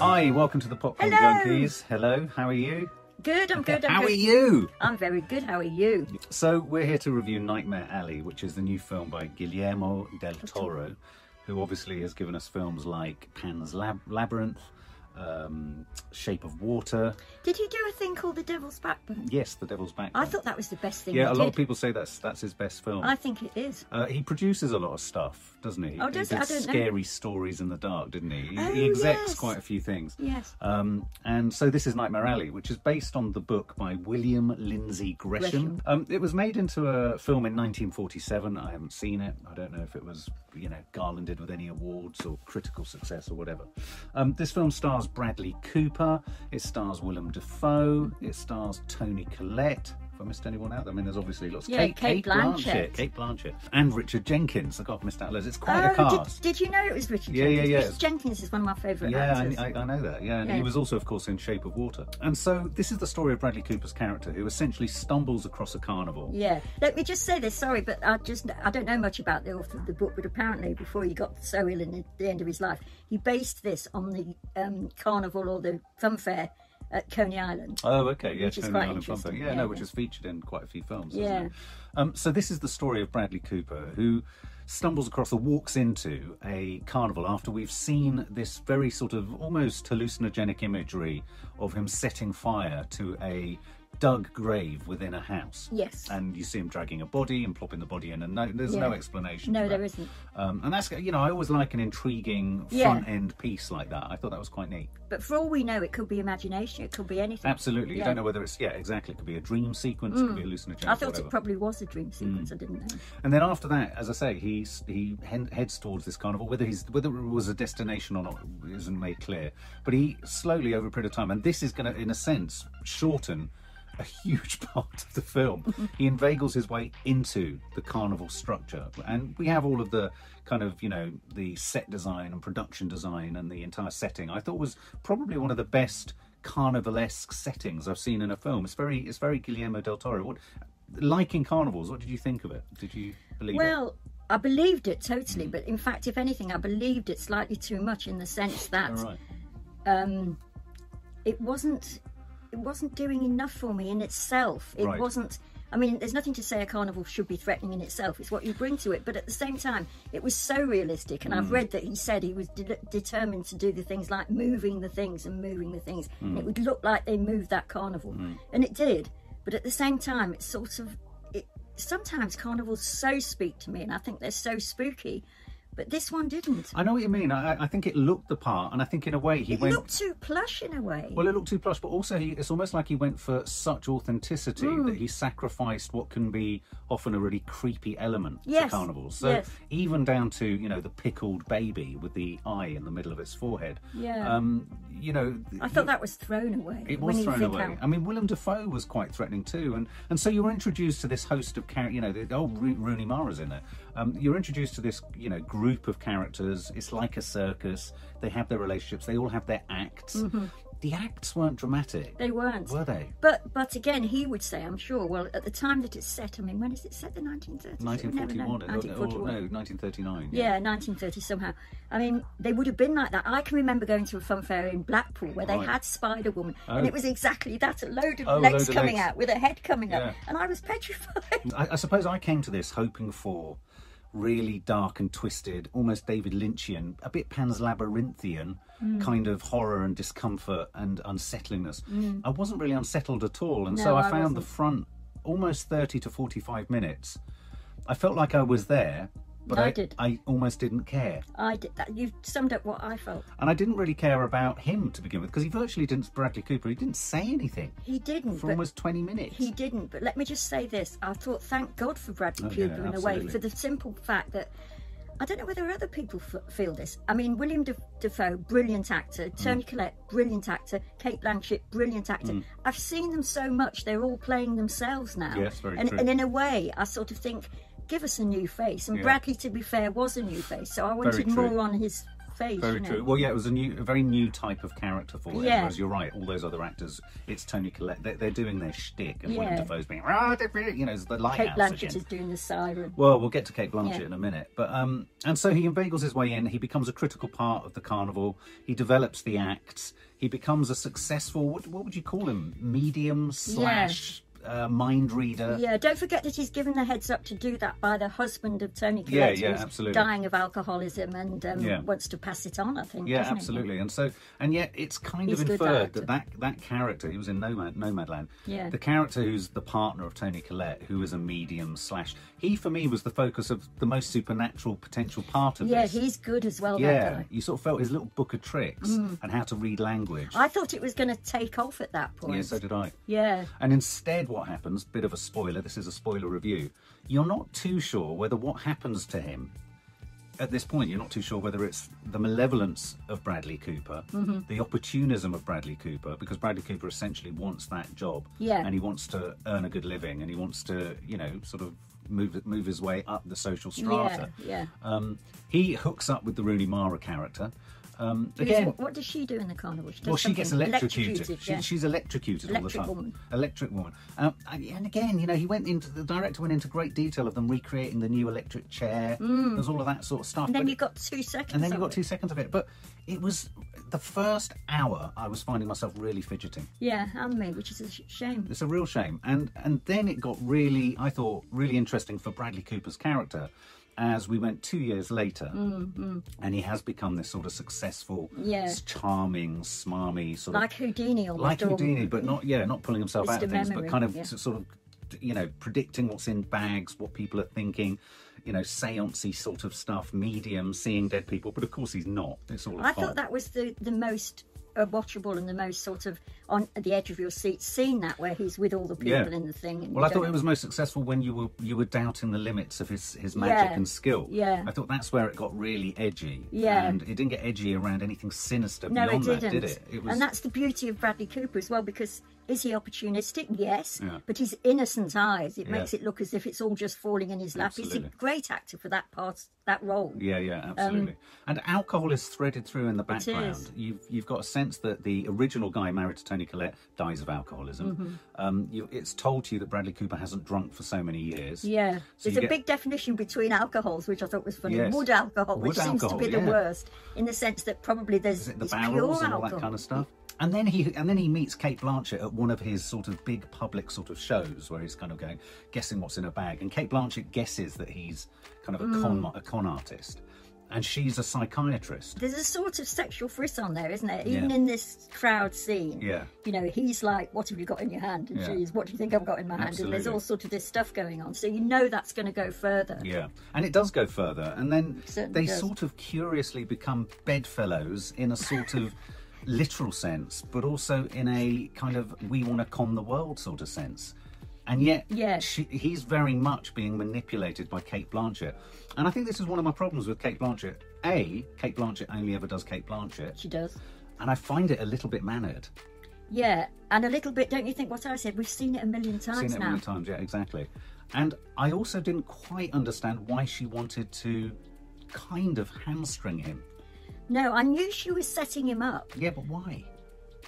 Hi, welcome to the Popcorn Hello. Junkies. Hello, how are you? Good, I'm good. I'm how good. are you? I'm very good. How are you? So, we're here to review Nightmare Alley, which is the new film by Guillermo del Toro, who obviously has given us films like Pan's Lab- Labyrinth, um, Shape of Water, Did you do a thing called The Devil's Backbone? yes, The Devil's Backbone. I thought that was the best thing. yeah, he a lot of did. people say that's that's his best film. I think it is. Uh, he produces a lot of stuff, doesn't he? Oh, does he he? did I don't know. scary stories in the dark, didn't he? He, Oh, he execs yes. quite a few things. Yes. Um, and so this is Nightmare Alley, which is based on the book by William Lindsay Gresham. Gresham. Um, it was made into a film in 1947. I haven't seen it. I don't know if it was, you know, garlanded with any awards or critical success or whatever. Um, this film stars Bradley Cooper. It stars Willem Dafoe. It stars Tony Collette. Have I missed anyone out? I mean, there's obviously lots. Yeah, Kate, Kate Blanchett. Blanchett. Kate Blanchett and Richard Jenkins. I got missed out loads. It's quite a oh, cast. did, did you know it was Richard Yeah, yeah, Jenkins? yeah. Richard Jenkins is one of my favourite Yeah, actors. I, I I know that. Yeah, and he Yeah. was also, of course, in Shape of Water. And so this is the story of Bradley Cooper's character who essentially stumbles across a carnival. Yeah. Let me just say this. Sorry, but I just I don't know much about the author of the book, but apparently before he got so ill in the, the end of his life, he based this on the um, carnival or the fun fair at Coney Island. Oh, okay, yeah, Which is Tony quite Island Fun Fair. interesting, Yeah, no, yeah. which is featured in quite a few films. isn't Yeah. it? Um, so this is the story of Bradley Cooper who stumbles across or walks into a carnival after we've seen this very sort of almost hallucinogenic imagery of him setting fire to a dug grave within a house. Yes. And you see him dragging a body and plopping the body in, and no, there's no Yeah. explanation. No, for that. there isn't. Um, and that's you know I always like an intriguing Yeah. front end piece like that. I thought that was quite neat. But for all we know, it could be imagination. It could be anything. Absolutely, you Yeah. Hmm. don't know whether it's yeah exactly. It could be a dream sequence, it could be hallucinogenic. I thought whatever. Mm. it probably was a dream sequence. I didn't know. And then after that, as I say, he s- he hen- heads towards this carnival. Whether he's whether it was a destination or not isn't made clear. But he slowly over a period of time, and this is going to, in a sense, shorten a huge part of the film. he inveigles his way into the carnival structure, and we have all of the kind of you know the set design and production design and the entire setting. I thought was probably one of the best carnivalesque settings I've seen in a film. It's very it's very Guillermo del Toro. What liking carnivals? What did you think of it? Did you believe it? Well, I believed it totally, but in fact, if anything, I believed it slightly too much in the sense that All right. um, it wasn't it wasn't doing enough for me in itself. It Right. wasn't. I mean, there's nothing to say a carnival should be threatening in itself. It's what you bring to it. But at the same time, it was so realistic. And Mm. I've read that he said he was de- determined to do the things like moving the things and moving the things. Mm. And it would look like they moved that carnival. And it did. But at the same time, it's sort of. It, sometimes carnivals so speak to me, and I think they're so spooky. But this one didn't. I know what you mean. I, I- I think it looked the part, and I think in a way he It went. looked too plush in a way. Well, it looked too plush, but also he, it's almost like he went for such authenticity Mm. that he sacrificed what can be often a really creepy element Yes, to carnivals. So yes. even down to you know the pickled baby with the eye in the middle of its forehead. Yeah. Um, you know. I thought that was thrown away. It when was you thrown think away. how- I mean, Willem Dafoe was quite threatening too, and and so you were introduced to this host of characters. You know, the, oh, Ro- Rooney Mara's in there. Um, you're introduced to this, you know, group of characters. It's like a circus. They have their relationships. They all have their acts. The acts weren't dramatic, they weren't. were they? But but again, he would say, I'm sure. Well, at the time that it's set, I mean, when is it set? The 1930s. 1941, or- or, 1941. no, 1939. Yeah, 1930 somehow. I mean, they would have been like that. I can remember going to a fun fair in Blackpool where they Right. had Spider Woman, Oh. and it was exactly that—a load of Oh, a legs load of coming legs. out with a head coming Yeah. up, and I was petrified. I, I suppose I came to this hoping for really dark and twisted, almost David Lynchian, a bit Pan's Labyrinthian Mm. kind of horror and discomfort and unsettlingness. I wasn't really unsettled at all, and so Mm. No, I, I found the wasn't. front almost thirty to forty-five minutes. I felt like I was there, but I I, did. I almost didn't care. I did that. You've summed up what I felt. And I didn't really care about him to begin with because he virtually didn't, Bradley Cooper, he didn't say anything He didn't. for but almost 20 minutes. He didn't, but let me just say this. I thought, thank God for Bradley Oh, yeah, Cooper in a way, absolutely. for the simple fact that I don't know whether other people f- feel this. I mean, William De- Defoe, brilliant actor. Mm. Tony Collette, brilliant actor. Kate Blanchett, brilliant actor. Mm. I've seen them so much, they're all playing themselves now. Yes, very and, true. and in a way, I sort of think, give us a new face. And Bradley, to be fair, was a new face, so I wanted true. more on his face. Very you know. true. Well, yeah, it was a new, a very new type of character for it. Yeah. Whereas you're right, all those other actors, it's Tony Collette. They're, they're doing their shtick, and Willem Yeah. Dafoe's being, "Ah, they're brilliant," you know, it's the Kate lighthouse Blanchett again. is doing the siren. Well, we'll get to Kate Blanchett Yeah. in a minute. But um, and so he inveigles his way in. He becomes a critical part of the carnival. He develops the acts. He becomes a successful. What, what would you call him? Medium slash uh, mind reader. Yeah, don't forget that he's given the heads up to do that by the husband of Tony Yeah, Collette, yeah, who's absolutely. dying of alcoholism and um, Yeah. wants to pass it on. I think. Yeah, doesn't he? absolutely. And so, and yet, it's kind He's of good inferred actor. that, that that character, he was in Nomad Nomadland. Yeah. The character who's the partner of Tony Collette, who is a medium slash, he for me was the focus of the most supernatural potential part of Yeah, this. he's good as well. That yeah, guy. Mm. you sort of felt his little book of tricks and how to read language. I thought it was going to take off at that point. yeah, so did I. Yeah. And instead, what happens, bit of a spoiler, this is a spoiler review, you're not too sure whether what happens to him at this point, you're not too sure whether it's the malevolence of Bradley Cooper, Mm-hmm. the opportunism of Bradley Cooper, because Bradley Cooper essentially wants that job. Yeah. And he wants to earn a good living and he wants to, you know, sort of move move his way up the social strata. Yeah, yeah. Um, he hooks up with the Rooney Mara character. Um, Who's- again, what, what does she do in the carnival? She does well, she gets something- electrocuted. She, yeah. She's electrocuted Electric all the time. woman. Electric woman. Um, and and again, you know, he went into the director went into great detail of them recreating the new electric chair. There's all of that sort of stuff. Mm. and then but- you got two seconds. and then you of got it. two seconds of it. But it was the first hour. I was finding myself really fidgeting. Yeah, and me, which is a sh- shame. It's a real shame. And and then it got really, I thought, really interesting for Bradley Cooper's character as we went two years later and he has become this sort of successful Mm-hmm. Yeah. s- charming smarmy sort of Like Houdini almost. like or- Houdini, but not yeah, not pulling himself out of Mr. things, Memory, but kind of yeah. s- sort of you know predicting what's in bags, what people are thinking, you know, seancey sort of stuff, medium, seeing dead people. But of course, he's not. It's all. A I fog. thought that was the the most uh, watchable and the most sort of on at the edge of your seat scene that where he's with all the people Yeah. in the thing. And Well, I you don't- thought it was most successful when you were you were doubting the limits of his, his magic Yeah. and skill. Yeah. I thought that's where it got really edgy. Yeah. and it didn't get edgy around anything sinister No, it beyond didn't. that, did it? It was And that's the beauty of Bradley Cooper as well, because is he opportunistic? Yes, Yeah. but his innocent eyes it Yeah. makes it look as if it's all just falling in his lap. Absolutely. He's a great actor for that part, that role. Yeah, yeah, absolutely. and alcohol is threaded through in the Um, is. background. You've you've got a sense that the original guy married to Tony Collette dies of alcoholism. Mm-hmm. Um, you, it's told to you that Bradley Cooper hasn't drunk for so many years. Yeah, So there's you a get- big definition between alcohols, which I thought was funny. Yes. Wood alcohol, Wood which alcohol, seems to be yeah. the worst, in the sense that probably there's Is it the it's pure barrels and all alcohol. that kind of stuff. And then he and then he meets Kate Blanchett at one of his sort of big public sort of shows where he's kind of going guessing what's in a bag. And Kate Blanchett guesses that he's kind of a Mm. con a con artist, and she's a psychiatrist. There's a sort of sexual frisson on there, isn't there? Even Yeah. in this crowd scene. Yeah. You know, he's like, What have you got in your hand? And Yeah. she's, What do you think I've got in my hand? And Absolutely. there's all sort of this stuff going on. So you know that's going to go further. Yeah, and it does go further, and then certainly they does. sort of curiously become bedfellows in a sort of literal sense, but also in a kind of we want to con the world sort of sense. And yet, Yeah. she, he's very much being manipulated by Kate Blanchett. And I think this is one of my problems with Kate Blanchett. A, Kate Blanchett only ever does Kate Blanchett, She does. and I find it a little bit mannered. Yeah. And a little bit, don't you think what I said? We've seen it a million times seen it now. many times, yeah, exactly. And I also didn't quite understand why she wanted to kind of hamstring him. No, I knew she was setting him up. Yeah, but why?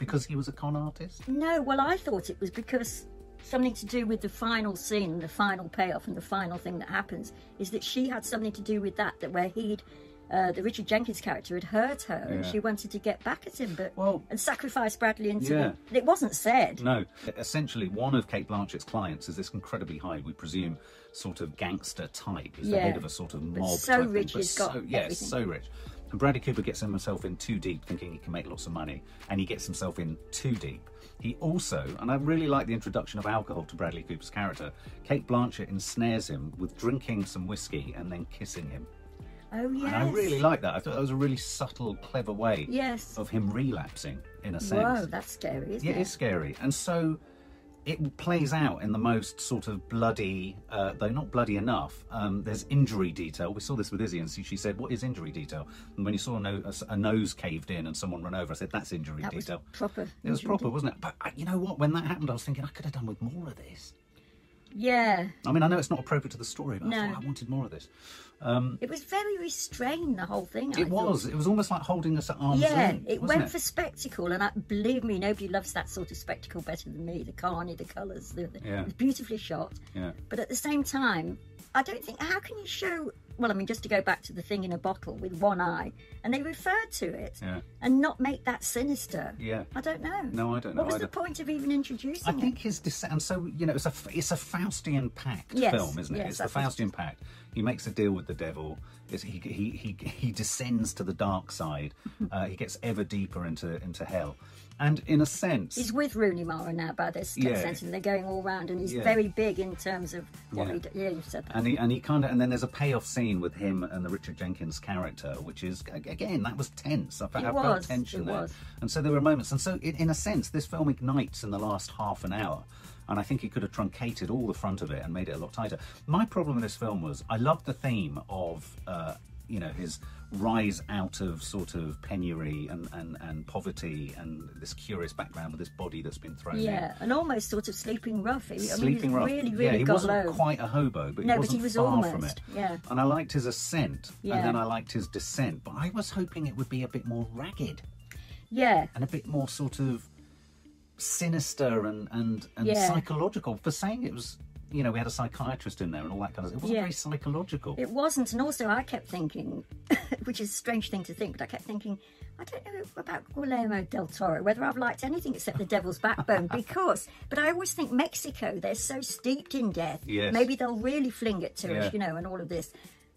Because he was a con artist? No, well, I thought it was because something to do with the final scene, the final payoff, and the final thing that happens is that she had something to do with that, that where he'd. Uh, the Richard Jenkins character had hurt her, and Yeah. she wanted to get back at him, but Well- and sacrifice Bradley into Yeah. the, it wasn't said. No. Essentially, one of Kate Blanchett's clients is this incredibly high, we presume, sort of gangster type. He's Yeah. the head of a sort of mob. so type thing, rich but he's got so- Yeah, everything. so rich. And Bradley Cooper gets himself in too deep, thinking he can make lots of money, and he gets himself in too deep. He also, and I really like the introduction of alcohol to Bradley Cooper's character, Kate Blanchett ensnares him with drinking some whiskey and then kissing him. Oh yes, And I really like that. I thought that was a really subtle, clever way Yes. of him relapsing, in a sense. Whoa, that's scary, isn't Yeah, it? it is scary. And so it plays out in the most sort of bloody, uh, though not bloody enough. Um, there's injury detail. We saw this with Izzy, and she, she said, "What is injury detail?" And when you saw a, no, a s- a nose caved in and someone run over, I said, "That's injury That was detail." proper. it was injury, proper, wasn't it? But uh, you know what? When that happened, I was thinking I could have done with more of this. Yeah. I mean, I know it's not appropriate to the story, but I No. thought I wanted more of this. It was very restrained, the whole thing. I It thought. was. It was almost like holding us at arm's Yeah, length. it wasn't went for spectacle, and I, believe me, nobody loves that sort of spectacle better than me. The carney, the colours, the, the, Yeah. it was beautifully shot. Yeah. But at the same time, I don't think how can you show? Well, I mean, just to go back to the thing in a bottle with one eye, and they referred to it, Yeah. and not make that sinister. Yeah. I don't know. No, I don't know What was either. the point of even introducing I it? think his descent, and so you know, it's a it's a Faustian pact Yes, film, isn't it? yes, it's the that's what it Faustian pact. He makes a deal with the devil. It's, he, he he he descends to the dark side. uh, he gets ever deeper into into hell, and in a sense, He's with Rooney Mara now by this Yeah. sense, and they're going all round, and he's Yeah. very big in terms of what Yeah. he. d- Yeah, you said that. and he and he kind of and then there's a payoff scene with him and the Richard Jenkins character, which is ag- again that was tense. I, fe- It I felt was, tension it there, was. and so there were moments. And so in, in a sense, this film ignites in the last half an hour, and I think he could have truncated all the front of it and made it a lot tighter. My problem with this film was I loved the theme of. Uh, you know his rise out of sort of penury and, and, and poverty and this curious background with this body that's been thrown in. Yeah, and almost sort of sleeping rough. He- I mean, he's Sleeping Rough. Really, really yeah, he got wasn't low. quite a hobo, but he No, but wasn't he was far almost, from it. yeah. And I liked his ascent, Yeah. and then I liked his descent. But I was hoping it would be a bit more ragged Yeah, and a bit more sort of sinister and and, and Yeah. psychological. For saying it was, you know, we had a psychiatrist in there and all that kind of. It wasn't Yeah. very psychological. it wasn't. And also, I kept thinking, which is a strange thing to think, but I kept thinking, I don't know about Guillermo del Toro, whether I've liked anything except The Devil's Backbone, because, but I always think Mexico, they're so steeped in death. Yes. Maybe they'll really fling it to Yeah. us, you know, and all of this.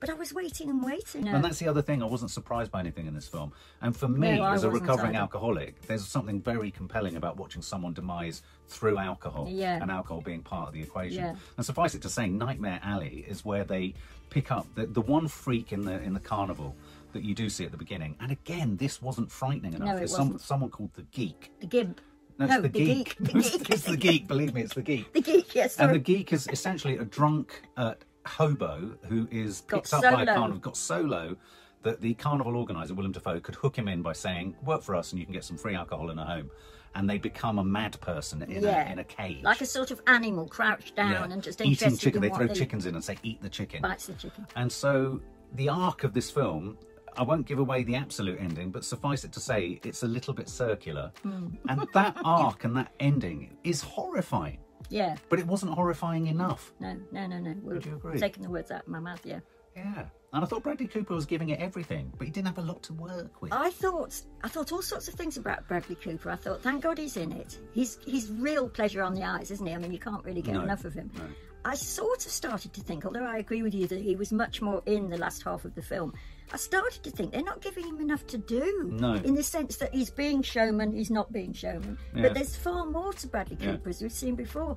But I was waiting and waiting. And that's the other thing. I wasn't surprised by anything in this film. And for me, No, I as a wasn't recovering either. alcoholic, there's something very compelling about watching someone demise through alcohol Yeah. and alcohol being part of the equation. Yeah. And suffice it to say, Nightmare Alley is where they pick up the, the one freak in the in the carnival that you do see at the beginning. And again, this wasn't frightening enough. No, it There's wasn't. someone called the Geek. the Gimp. No, it's the, geek. The No, it's- geek. it's the geek. Believe me, it's the geek. The geek, yes. And the sorry. geek is essentially a drunk uh, hobo who is Got picked up by a solo. carnival, got so low that the carnival organizer, Willem Dafoe, could hook him in by saying, Work for us and you can get some free alcohol in a home. And they become a mad person in, Yeah. a, in a cage. Like a sort of animal crouched down Yeah. and just eating interested chicken. in They what throw they- chickens in and say, Eat the chicken. bites the chicken. And so the arc of this film, I won't give away the absolute ending, but suffice it to say, it's a little bit circular. Hmm. And that arc and that ending is horrifying. Yeah. But it wasn't horrifying enough. No, no, no, no. We're Would you agree? taking the words out of my mouth, yeah. Yeah. And I thought Bradley Cooper was giving it everything, but he didn't have a lot to work with. I thought I thought all sorts of things about Bradley Cooper. I thought, thank God he's in it. He's he's real pleasure on the eyes, isn't he? I mean, you can't really get No, enough of him. no. I sort of started to think, although I agree with you that he was much more in the last half of the film. I started to think they're not giving him enough to do. No. In the sense that he's being showman, he's not being showman. Yeah. But there's far more to Bradley Yeah. Cooper as we've seen before,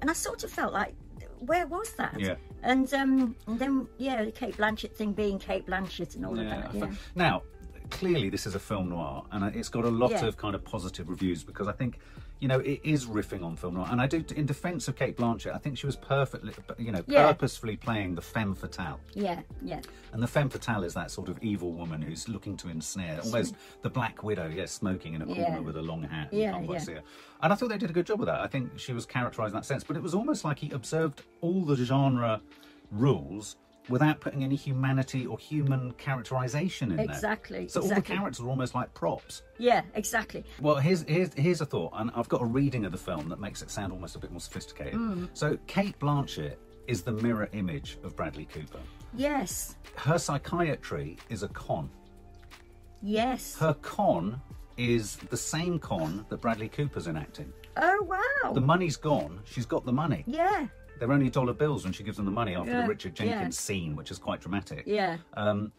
and I sort of felt like. Where was that? Yeah. And um, and then yeah, the Kate Blanchett thing being Kate Blanchett and all Yeah, of I that. Yeah. fe- Now, clearly, this is a film noir, and it's got a lot Yeah. of kind of positive reviews because I think, you know, it is riffing on film noir. And I do, in defense of Kate Blanchett, I think she was perfectly, you know, Yeah. purposefully playing the femme fatale. Yeah. Yeah. And the femme fatale is that sort of evil woman who's looking to ensnare, almost the Black Widow, yes, smoking in a corner Yeah. with a long hat. Yeah, you can't quite yeah. see her. And I thought they did a good job of that. I think she was characterised in that sense, but it was almost like he observed all the genre rules without putting any humanity or human characterisation in there. Exactly, So all the exactly. characters are almost like props. Yeah, exactly. Well, here's, here's here's a thought, and I've got a reading of the film that makes it sound almost a bit more sophisticated. Hmm. So Kate Blanchett is the mirror image of Bradley Cooper. Yes, Her psychiatry is a con. yes. Her con is the same con that Bradley Cooper's enacting. Oh The wow. money's gone. She's got the money. Yeah, They're only dollar bills when she gives them the money after Yeah, the Richard yeah. Jenkins scene, which is quite dramatic. yeah, Um,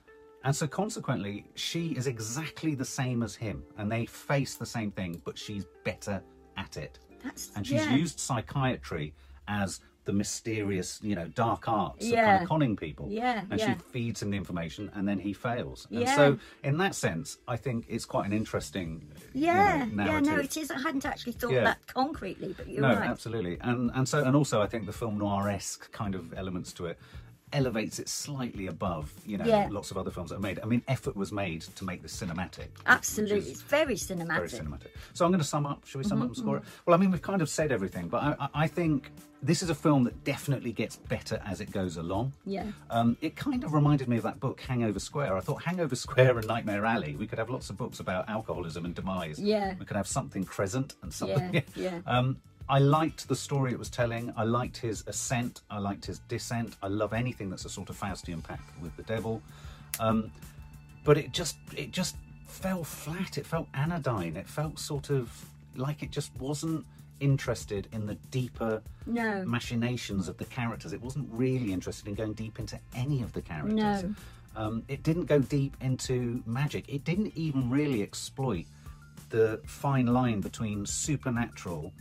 and so consequently, she is exactly the same as him, and they face the same thing, but she's better at it. that's And she's yeah. used psychiatry as the mysterious, you know, dark arts of kind Yeah. of conning people. Yeah, And she yeah. feeds him the information and then he fails. And Yeah. so in that sense, I think it's quite an interesting you know, Yeah, yeah. narrative. No, it is. I hadn't actually thought Yeah. that concretely, but you're No, right. absolutely. And and so and also I think the film noir esque kind of elements to it elevates it slightly above, you know, Yeah. lots of other films that are made. I mean, effort was made to make this cinematic. Ah, which Absolutely, is- it's very cinematic. Mm-hmm, very cinematic. So I'm going to sum up. Shall we sum up and score it? Well, I mean, we've kind of said everything, but I, I- I think this is a film that definitely gets better as it goes along. Yeah. Um, it kind of reminded me of that book, Hangover Square. I thought Hangover Square and Nightmare Alley. We could have lots of books about alcoholism and demise. Yeah. We could have something crescent and something. Yeah, yeah. Um, I liked the story it was telling. I liked his ascent. I liked his descent. I love anything that's a sort of Faustian pact with the devil but it just it just fell flat it felt anodyne it felt sort of like it just wasn't interested in the deeper No. machinations of the characters it wasn't really interested in going deep into any of the characters No. um, it didn't go deep into magic it didn't even really exploit the fine line between supernatural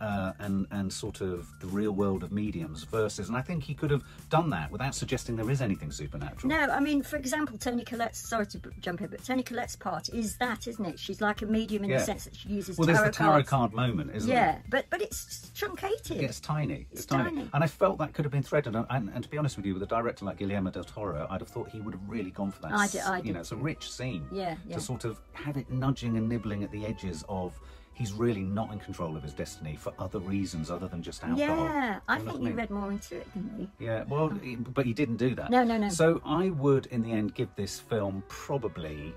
uh, and and sort of the real world of mediums versus, and I think he could have done that without suggesting there is anything supernatural. No, I mean, for example, Tony Collette's, sorry to b- jump in, but Tony Collette's part is that, isn't it? She's like a medium in Yeah. the sense that she uses Well, there's tarot the tarot cards. card moment, isn't there? Yeah, but but it's truncated. Yeah, it's tiny. It's, It's tiny. tiny. And I felt that could have been threaded. And, and, and to be honest with you, with a director like Guillermo del Toro, I'd have thought he would have really gone for that. I did- I You did know, it's a rich scene. Yeah, yeah. To sort of have it nudging and nibbling at the edges of he's really not in control of his destiny for other reasons other than just alcohol. Yeah, I know what think I you mean? read more into it than me. Yeah, well, he- but he didn't do that. No, no, no. So I would, in the end, give this film probably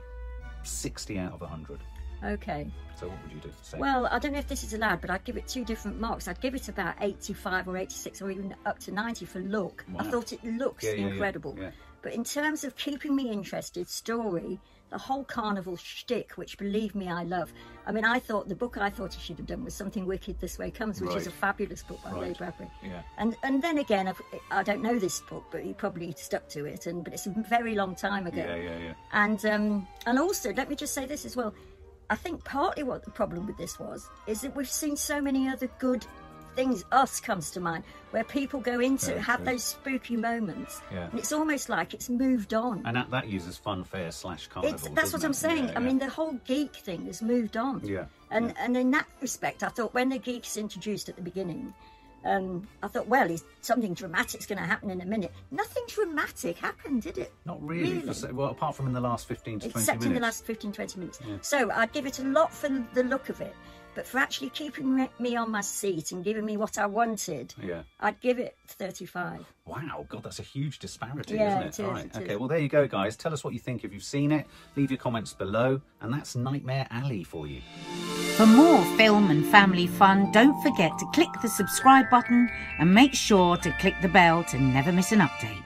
60 out of 100. Okay. So what would you do? Say? Well, I don't know if this is allowed, but I'd give it two different marks. I'd give it about 85 or 86 or even up to 90 for look. I Wow. thought it looks Yeah, yeah, yeah, incredible. yeah. But in terms of keeping me interested, story, the whole carnival shtick, which believe me, I love. I mean, I thought the book I thought he should have done was Something Wicked This Way Comes, which is Right. a fabulous book by Ray Right. Bradbury. Yeah. And and then again, I've, I don't know this book, but he probably stuck to it. And but it's a very long time ago. yeah, yeah, yeah. And um, and also, let me just say this as well. I think partly what the problem with this was is that we've seen so many other good things. Us comes to mind where people go into Very have true. those spooky moments, Yeah. and it's almost like it's moved on. And that, that uses funfair slash carnival. It's, that's doesn't what I'm it? saying. Yeah, I yeah. mean, the whole geek thing has moved on. Yeah, And and in that respect, I thought when the geeks introduced at the beginning, um, I thought, well, is something dramatic's going to happen in a minute. Nothing dramatic happened, did it? Not really. For, Really? se- well, apart from in the last 15 to 20 except minutes. in the last 15 20 minutes so i'd give it a lot for the look of it but for actually keeping me- me on my seat and giving me what i wanted Yeah. i'd give it 35 Wow, God, that's a huge disparity, Yeah, isn't it? it is, All right. it okay, is. well, there you go, guys. Tell us what you think if you've seen it. Leave your comments below. And that's Nightmare Alley for you. For more film and family fun, don't forget to click the subscribe button and make sure to click the bell to never miss an update.